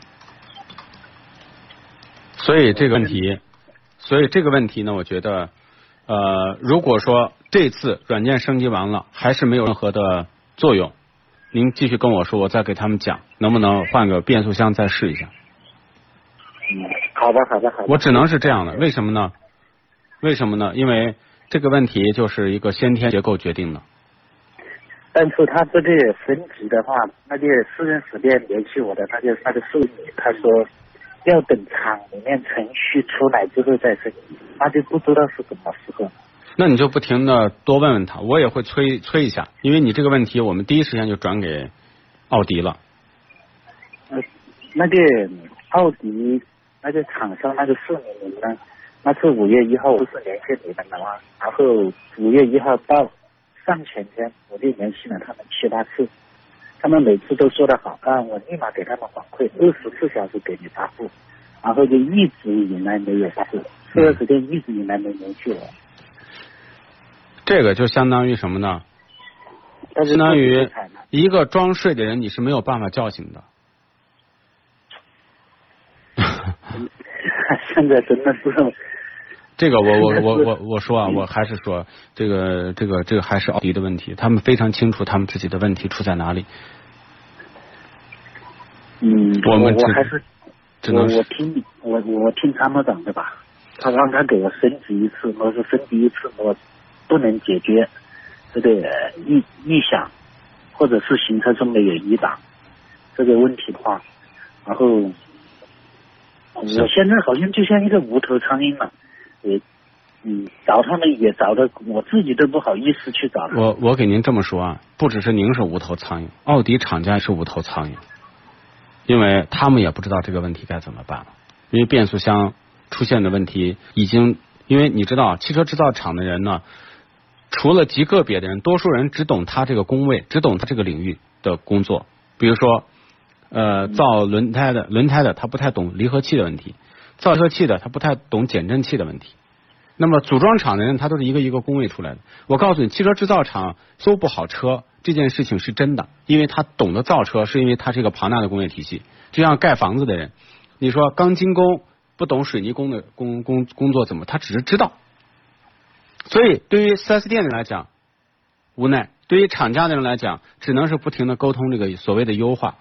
S3: 所以这个问题，所以这个问题呢，我觉得，呃，如果说这次软件升级完了，还是没有任何的作用。您继续跟我说，我再给他们讲，能不能换个变速箱再试一下？
S7: 嗯
S5: 好吧，好吧，好吧。
S3: 我只能是这样的，为什么呢？为什么呢？因为这个问题就是一个先天结构决定的。
S7: 但是他这个升级的话，那个私人实验联系我的那个那个助理，他说要等厂里面程序出来之后再升级，那就不知道是什么时候。
S3: 那你就不停的多问问他，我也会催催一下，因为你这个问题我们第一时间就转给奥迪了。
S7: 那那个奥迪那个厂商那个四零零呢，那是五月一号不是联系你们的吗？然后五月一号到上前天我就联系了他们七八次，他们每次都说的好啊，我立马给他们反馈，二十四小时给你答复，然后就一直以来没有答复，这段时间一直以来没联系我，
S3: 嗯这个就相当于什么呢？
S7: 但是
S3: 相当于
S7: 惨了
S3: 一个装睡的人，你是没有办法叫醒的。
S7: 现在真的是
S3: 这个我我我我我说啊，我还是说这个这个这个还是奥迪的问题，他们非常清楚他们自己的问题出在哪里。
S7: 嗯，
S3: 我
S7: 我
S3: 们
S7: 我
S3: 只
S7: 还是
S3: 只
S7: 我
S3: 能是
S7: 我听你我我听参谋长的吧，他让他给我升级一次，我说升级一次我不能解决这个呃异异响，或者是行车中的有异档这个问题的话，然后我
S3: 是
S7: 现在好像就像一个无头苍蝇了，也嗯找他们也找的我自己都不好意思去找他们，
S3: 我我给您这么说啊，不只是您是无头苍蝇，奥迪厂家也是无头苍蝇，因为他们也不知道这个问题该怎么办了。因为变速箱出现的问题已经，因为你知道，汽车制造厂的人呢，除了极个别的人，多数人只懂他这个工位，只懂他这个领域的工作。比如说，呃，造轮胎的轮胎的他不太懂离合器的问题，造离合器的他不太懂减震器的问题。那么组装厂的人，他都是一个一个工位出来的。我告诉你，汽车制造厂修不好车这件事情是真的，因为他懂得造车，是因为他是一个庞大的工业体系。就像盖房子的人，你说钢筋工不懂水泥工的工工工作怎么，他只是知道。所以对于 4S 店的人来讲，无奈；对于厂家的人来讲，只能是不停的沟通这个所谓的优化。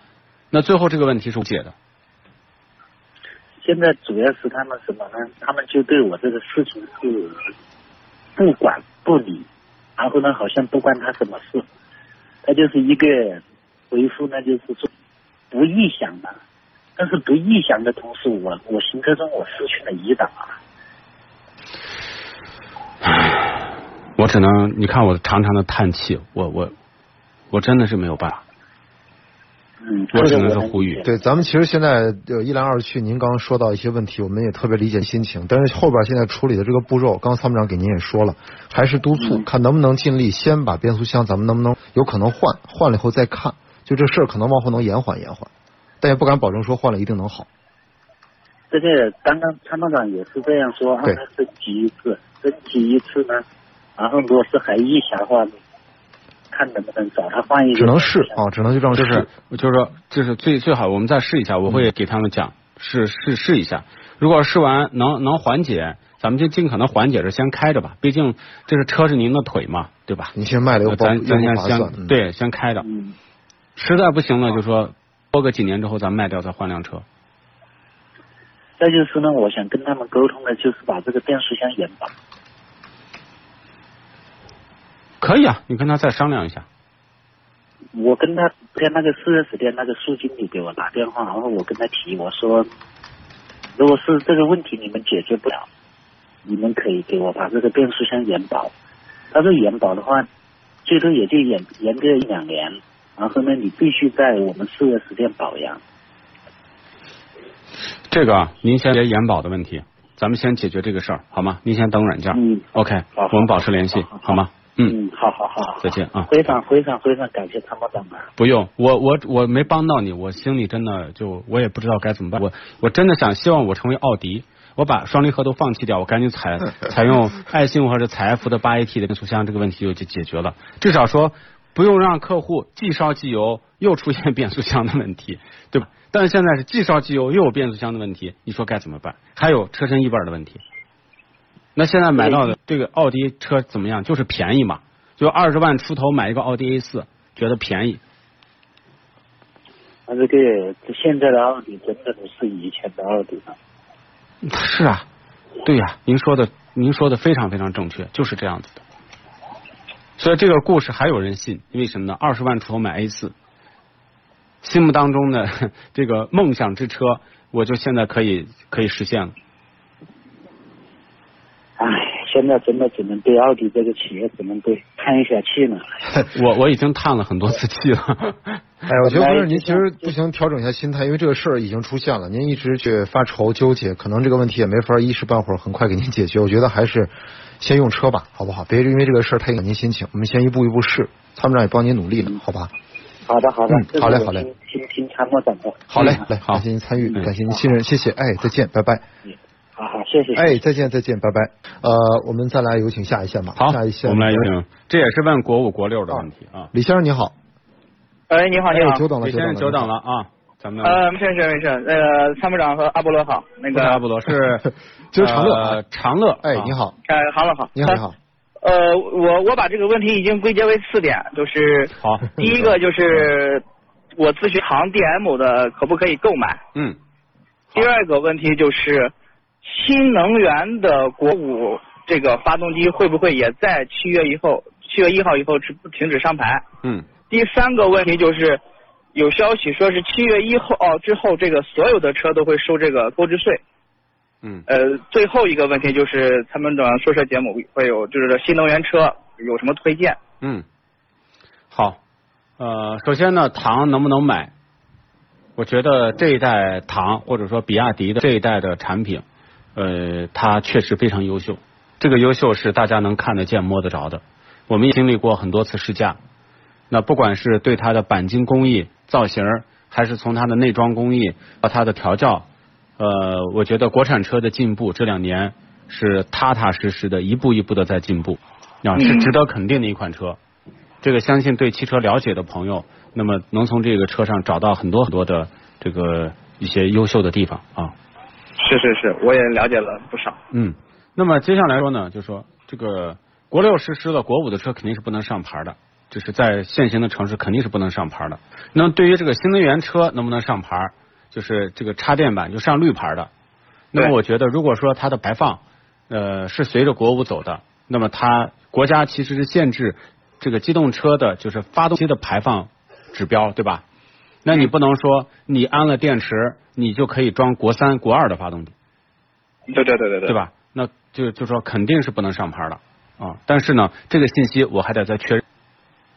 S3: 那最后这个问题是无解的。
S7: 现在主要是他们什么呢？他们就对我这个事情是不管不理，然后呢，好像不关他什么事。他就是一个回复呢，就是说不臆想嘛。但是不臆想的同时，我我行车中我失去了胰岛啊。
S3: 我只能，你看我长长的叹气，我我我真的是没有办法。
S7: 嗯，
S3: 我只
S7: 这个
S3: 能是
S7: 能
S3: 呼吁
S7: 理解
S4: 对，咱们其实现在呃一来二去，您刚刚说到一些问题，我们也特别理解心情。但是后边现在处理的这个步骤，刚刚参谋长给您也说了，还是督
S3: 嗯
S4: 促、看能不能尽力先把变速箱，咱们能不能有可能换，换了以后再看。就这事儿可能往后能延缓延缓，但也不敢保证说换了一定能好。
S7: 这个刚刚参谋长也是这样说，让
S4: 对
S7: 他升级一次，升级一次呢，然后如果是还臆想的话，看能不能找他换一个。
S4: 只能试啊，只能就这样试。
S3: 就是就是说，就是最最好，我们再试一下，我
S7: 嗯
S3: 会给他们讲，试试试一下。如果试完能能缓解，咱们就尽可能缓解着先开着吧，毕竟这是车是您的腿嘛，对吧？
S4: 您先卖了又不
S3: 咱
S4: 又
S3: 咱
S4: 不
S3: 先
S4: 划算，
S3: 先
S4: 嗯，
S3: 对先开着，
S7: 嗯，
S3: 实在不行了就说过个几年之后咱卖掉再换辆车。
S7: 再就是呢，我想跟他们沟通的就是把这个变速箱延保。
S3: 可以啊，你跟他再商量一下。
S7: 我跟他跟那个四 S 店那个苏经理给我打电话，然后我跟他提，我说，如果是这个问题你们解决不了，你们可以给我把这个变速箱延保。他说延保的话，最多也就延延个一两年，然后呢，你必须在我们四 S 店保养。
S3: 这个啊您先别延保的问题，咱们先解决这个事儿好吗？您先等软件。
S7: 嗯
S3: OK，
S7: 好
S3: 我们保持联系
S7: 好好
S3: 好吗？嗯，
S7: 嗯，好好好，
S3: 再见啊。
S7: 非常非常非常感谢参谋长啊。
S3: 不用，我我我没帮到你，我心里真的就我也不知道该怎么办。我我真的想希望我成为奥迪，我把双离合都放弃掉，我赶紧采采用爱信或者采埃孚的八 AT 的变速箱，这个问题就解解决了。至少说不用让客户既烧机油又出现变速箱的问题，对吧？但是现在是既烧机油又有变速箱的问题，你说该怎么办？还有车身异味儿的问题，那现在买到的这个奥迪车怎么样？就是便宜嘛，就二十万出头买一个奥迪 A 四，觉得便宜。
S7: 那这个现在的奥迪真的不是以前的奥迪了。
S3: 是啊，对呀、您说的您说的非常非常正确，就是这样子的。所以这个故事还有人信，因为什么呢？二十万出头买 A 四，心目当中的 这个梦想之车，我就现在可以可以实现了。
S7: 唉，现在真的只能对奥迪这个企业只能对叹一下气了。
S3: 我我已经叹了很多次气了。
S4: 哎，我觉得不是您其实不行，调整一下心态，因为这个事儿已经出现了，您一直去发愁纠结，可能这个问题也没法一时半会儿很快给您解决。我觉得还是先用车吧，好不好？别因为这个事儿太影响您心情，我们先一步一步试。参谋长也帮您努力了，好吧？
S7: 好的，好的，
S4: 嗯
S7: 这个
S4: 好嘞
S7: 我
S4: 好嘞
S7: 听听听参谋长的。
S4: 好嘞
S3: 嗯，
S4: 来，
S3: 好
S4: 感谢您参与，
S3: 嗯
S4: 感谢您信任，谢谢，哎，再见，拜拜。
S7: 好好，谢谢。
S4: 哎，再见，再见，拜拜。呃，我们再来有请下一线吧。
S3: 好，
S4: 下一线，
S3: 我们来有请，这也是问国五国六的问题啊。
S4: 李先生，你好。
S8: 哎，你好，你
S4: 哎，
S8: 好
S4: 久。等了，
S3: 李先生久
S4: 久
S3: 等。了啊，咱们
S8: 呃，没事没事没事。呃，参谋长和阿波罗好。那
S3: 不
S8: 个
S3: 是，阿波罗是
S4: 今儿长乐啊
S3: 呃长乐。
S4: 哎
S3: 啊，
S4: 你，好，
S8: 呃，好了好。
S4: 你好，你好。
S8: 呃，我我把这个问题已经归结为四点，就是
S3: 好
S8: 第一个就是我咨询行 DM 的可不可以购买。
S3: 嗯，
S8: 第二个问题就是新能源的国五这个发动机会不会也在七月以后，七月一号以后止停止上牌？
S3: 嗯，
S8: 第三个问题就是，有消息说是七月一号哦之后，这个所有的车都会收这个购置税。
S3: 嗯，
S8: 呃，最后一个问题就是，参谋长说车节目会有就是新能源车有什么推荐？
S3: 嗯，好，呃，首先呢，糖能不能买？我觉得这一代唐或者说比亚迪的这一代的产品，呃，它确实非常优秀。这个优秀是大家能看得见、摸得着的。我们也经历过很多次试驾，那不管是对它的钣金工艺、造型儿，还是从它的内装工艺到它的调教，呃，我觉得国产车的进步这两年是踏踏实实的，一步一步的在进步，啊，是值得肯定的一款车。这个相信对汽车了解的朋友，那么能从这个车上找到很多很多的这个一些优秀的地方啊。
S8: 是是是，我也了解了不少。
S3: 嗯，那么接下来说呢，就说这个国六实施了，国五的车肯定是不能上牌的，就是在现行的城市肯定是不能上牌的。那么对于这个新能源车能不能上牌，就是这个插电版就上绿牌的。那么
S8: 对
S3: 我觉得，如果说它的排放呃是随着国五走的，那么它国家其实是限制这个机动车的，就是发动机的排放指标，对吧？那你不能说你安了电池，你就可以装国三、国二的发动机。
S8: 对对对对对
S3: 对？吧？那就就说肯定是不能上牌了啊。但是呢，这个信息我还得再确认。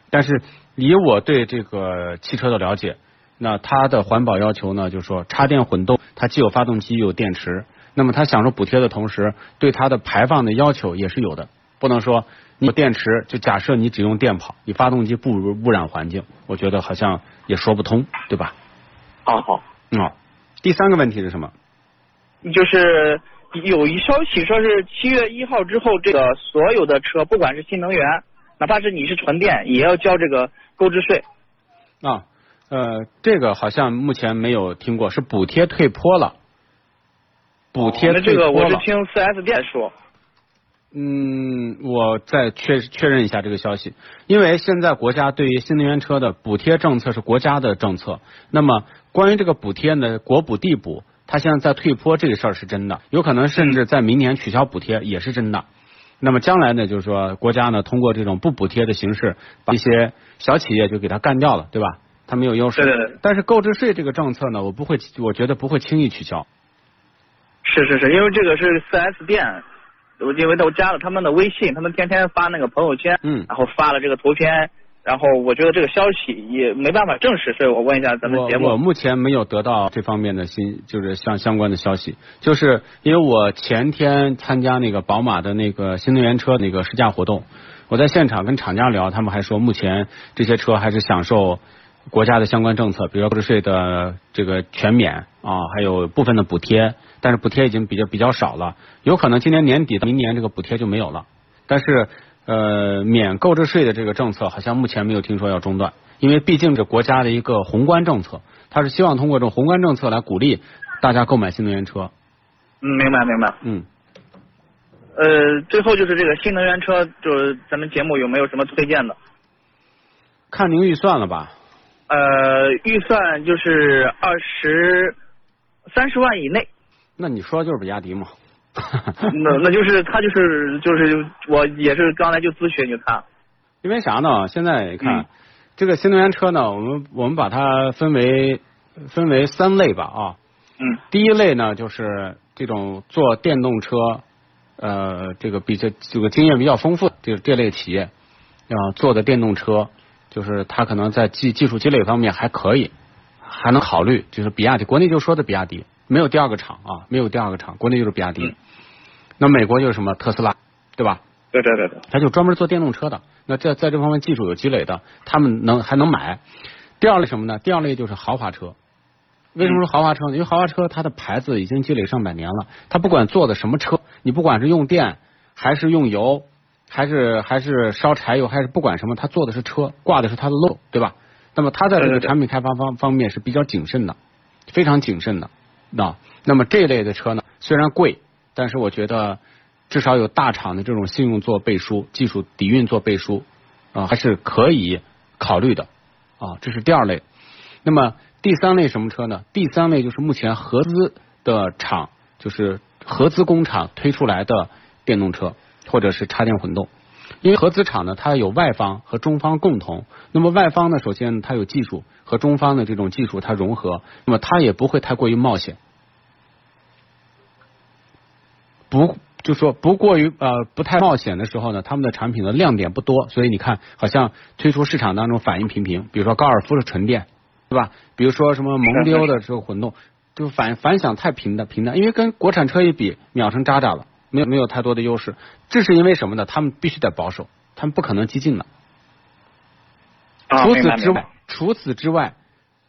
S3: 但是以我对这个汽车的了解，那它的环保要求呢，就是说插电混动，它既有发动机又有电池，那么它享受补贴的同时，对它的排放的要求也是有的。不能说你有电池就假设你只用电跑，你发动机不如污染环境，我觉得好像也说不通，对吧？
S8: 好好。
S3: 嗯、好第三个问题是什么？
S8: 就是有一消息说是七月一号之后，这个所有的车，不管是新能源，哪怕是你是纯电，也要交这个购置税。
S3: 啊，呃，这个好像目前没有听过，是补贴退坡了，补贴
S8: 哦那
S3: 退
S8: 这
S3: 坡
S8: 个我是
S3: 了。
S8: 听 4S 店说。
S3: 嗯，我再确确认一下这个消息，因为现在国家对于新能源车的补贴政策是国家的政策，那么关于这个补贴呢，国补地补，它现在在退坡这个事儿是真的，有可能甚至在明年取消补贴也是真的。那么将来呢，就是说国家呢通过这种不补贴的形式，把一些小企业就给它干掉了，对吧？它没有优势。
S8: 对对对
S3: 但是购置税这个政策呢，我不会，我觉得不会轻易取消。
S8: 是是是，因为这个是 4S 店，我因为我加了他们的微信，他们天天发那个朋友圈，
S3: 嗯
S8: 然后发了这个图片，然后我觉得这个消息也没办法证实，所以我问一下咱们节
S3: 我我
S8: 目。
S3: 目前没有得到这方面的新，就是相相关的消息，就是因为我前天参加那个宝马的那个新能源车那个试驾活动，我在现场跟厂家聊，他们还说目前这些车还是享受国家的相关政策，比如说购置税的这个全免啊，还有部分的补贴，但是补贴已经比较比较少了，有可能今年年底、明年这个补贴就没有了。但是呃，免购置税的这个政策好像目前没有听说要中断，因为毕竟是国家的一个宏观政策，它是希望通过这种宏观政策来鼓励大家购买新能源车。
S8: 嗯，明白明白。
S3: 嗯，
S8: 呃，最后就是这个新能源车，就是咱们节目有没有什么推荐的？
S3: 看您预算了吧？
S8: 呃，预算就是二十三十万以 内，
S3: 那你说的就是比亚迪嘛？
S8: 那那就是他就是就是我也是刚才就咨询就他，
S3: 因为啥呢？现在你看、
S8: 嗯
S3: 这个新能源车呢，我们我们把它分为分为三类吧啊。
S8: 嗯
S3: 第一类呢，就是这种做电动车，呃，这个比较这个经验比较丰富的这这类企业，啊，做的电动车，就是它可能在技技术积累方面还可以，还能考虑，就是比亚迪，国内就说的比亚迪，没有第二个厂啊，没有第二个厂，国内就是比亚迪。
S8: 嗯
S3: 那美国就是什么特斯拉，对吧？
S8: 对对对对，
S3: 他就专门做电动车的。那在在这方面技术有积累的，他们能还能买。第二类什么呢？第二类就是豪华车。为什么说豪华车
S8: 嗯
S3: 呢？因为豪华车它的牌子已经积累上百年了，它不管做的什么车，你不管是用电还是用油，还是还是烧柴油，还是不管什么，它做的是车，挂的是它的 logo，对吧？那么它在这
S8: 对
S3: 个
S8: 对对
S3: 产品开发方方面是比较谨慎的，非常谨慎的。那那么这类的车呢，虽然贵，但是我觉得至少有大厂的这种信用做背书、技术底蕴做背书啊，还是可以考虑的啊。这是第二类。那么第三类什么车呢？第三类就是目前合资的厂，就是合资工厂推出来的电动车或者是插电混动。因为合资厂呢，它有外方和中方共同。那么外方呢，首先它有技术和中方的这种技术它融合，那么它也不会太过于冒险，不就说不过于呃不太冒险的时候呢，他们的产品的亮点不多，所以你看好像推出市场当中反应平平。比如说高尔夫的纯电，对吧？比如说什么蒙迪欧的这个混动，就反反响太平淡平淡，因为跟国产车一比，秒成渣渣了，没有没有太多的优势。这是因为什么呢？他们必须得保守，他们不可能激进的。
S8: 啊，
S3: 除
S8: 明白
S3: 此之
S8: 明
S3: 外
S8: 白，，
S3: 除此之外，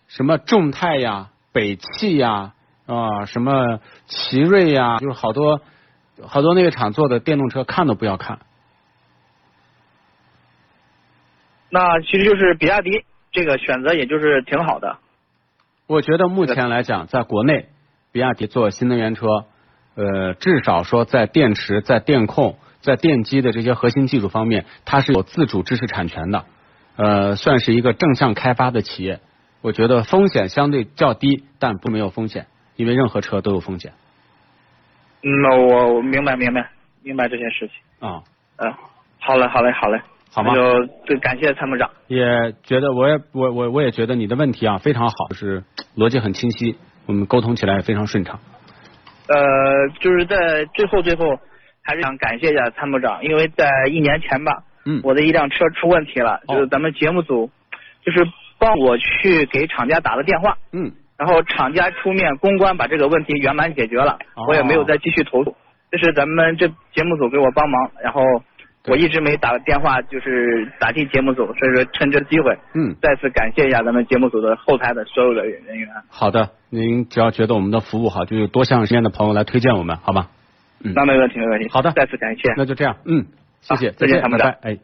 S3: 什么众泰呀、北汽呀、啊、什么奇瑞呀，就是好多好多那个厂做的电动车，看都不要看。
S8: 那其实就是比亚迪这个选择也就是挺好的，
S3: 我觉得目前来讲，在国内，比亚迪做新能源车，呃，至少说在电池、在电控、在电机的这些核心技术方面，它是有自主知识产权的，呃，算是一个正向开发的企业。我觉得风险相对较低，但不没有风险，因为任何车都有风险
S8: 嗯，那我我明白明白明白这些事情，
S3: 啊、
S8: 嗯，好嘞好嘞好嘞，
S3: 好吗
S8: 那就对，感谢参谋长，
S3: 也觉得我也我我我也觉得你的问题啊非常好，就是逻辑很清晰，我们沟通起来也非常顺畅。
S8: 呃，就是在最后最后，还是想感谢一下参谋长，因为在一年前吧，
S3: 嗯，
S8: 我的一辆车出问题了，
S3: 哦
S8: 就是咱们节目组，就是帮我去给厂家打了电话，
S3: 嗯，
S8: 然后厂家出面公关把这个问题圆满解决了，
S3: 哦
S8: 我也没有再继续投诉，这是咱们这节目组给我帮忙，然后我一直没打电话，就是打进节目组，所以说趁这机会，
S3: 嗯
S8: 再次感谢一下咱们节目组的后台的所有的人员。
S3: 好的，您只要觉得我们的服务好，就有多向身边的朋友来推荐我们，好吧？嗯
S8: 那没问题，没问题。
S3: 好的
S8: 再次感谢。
S3: 那就这样，嗯，谢谢，
S8: 好再见参谋
S3: 拜
S8: 长
S3: 拜，哎。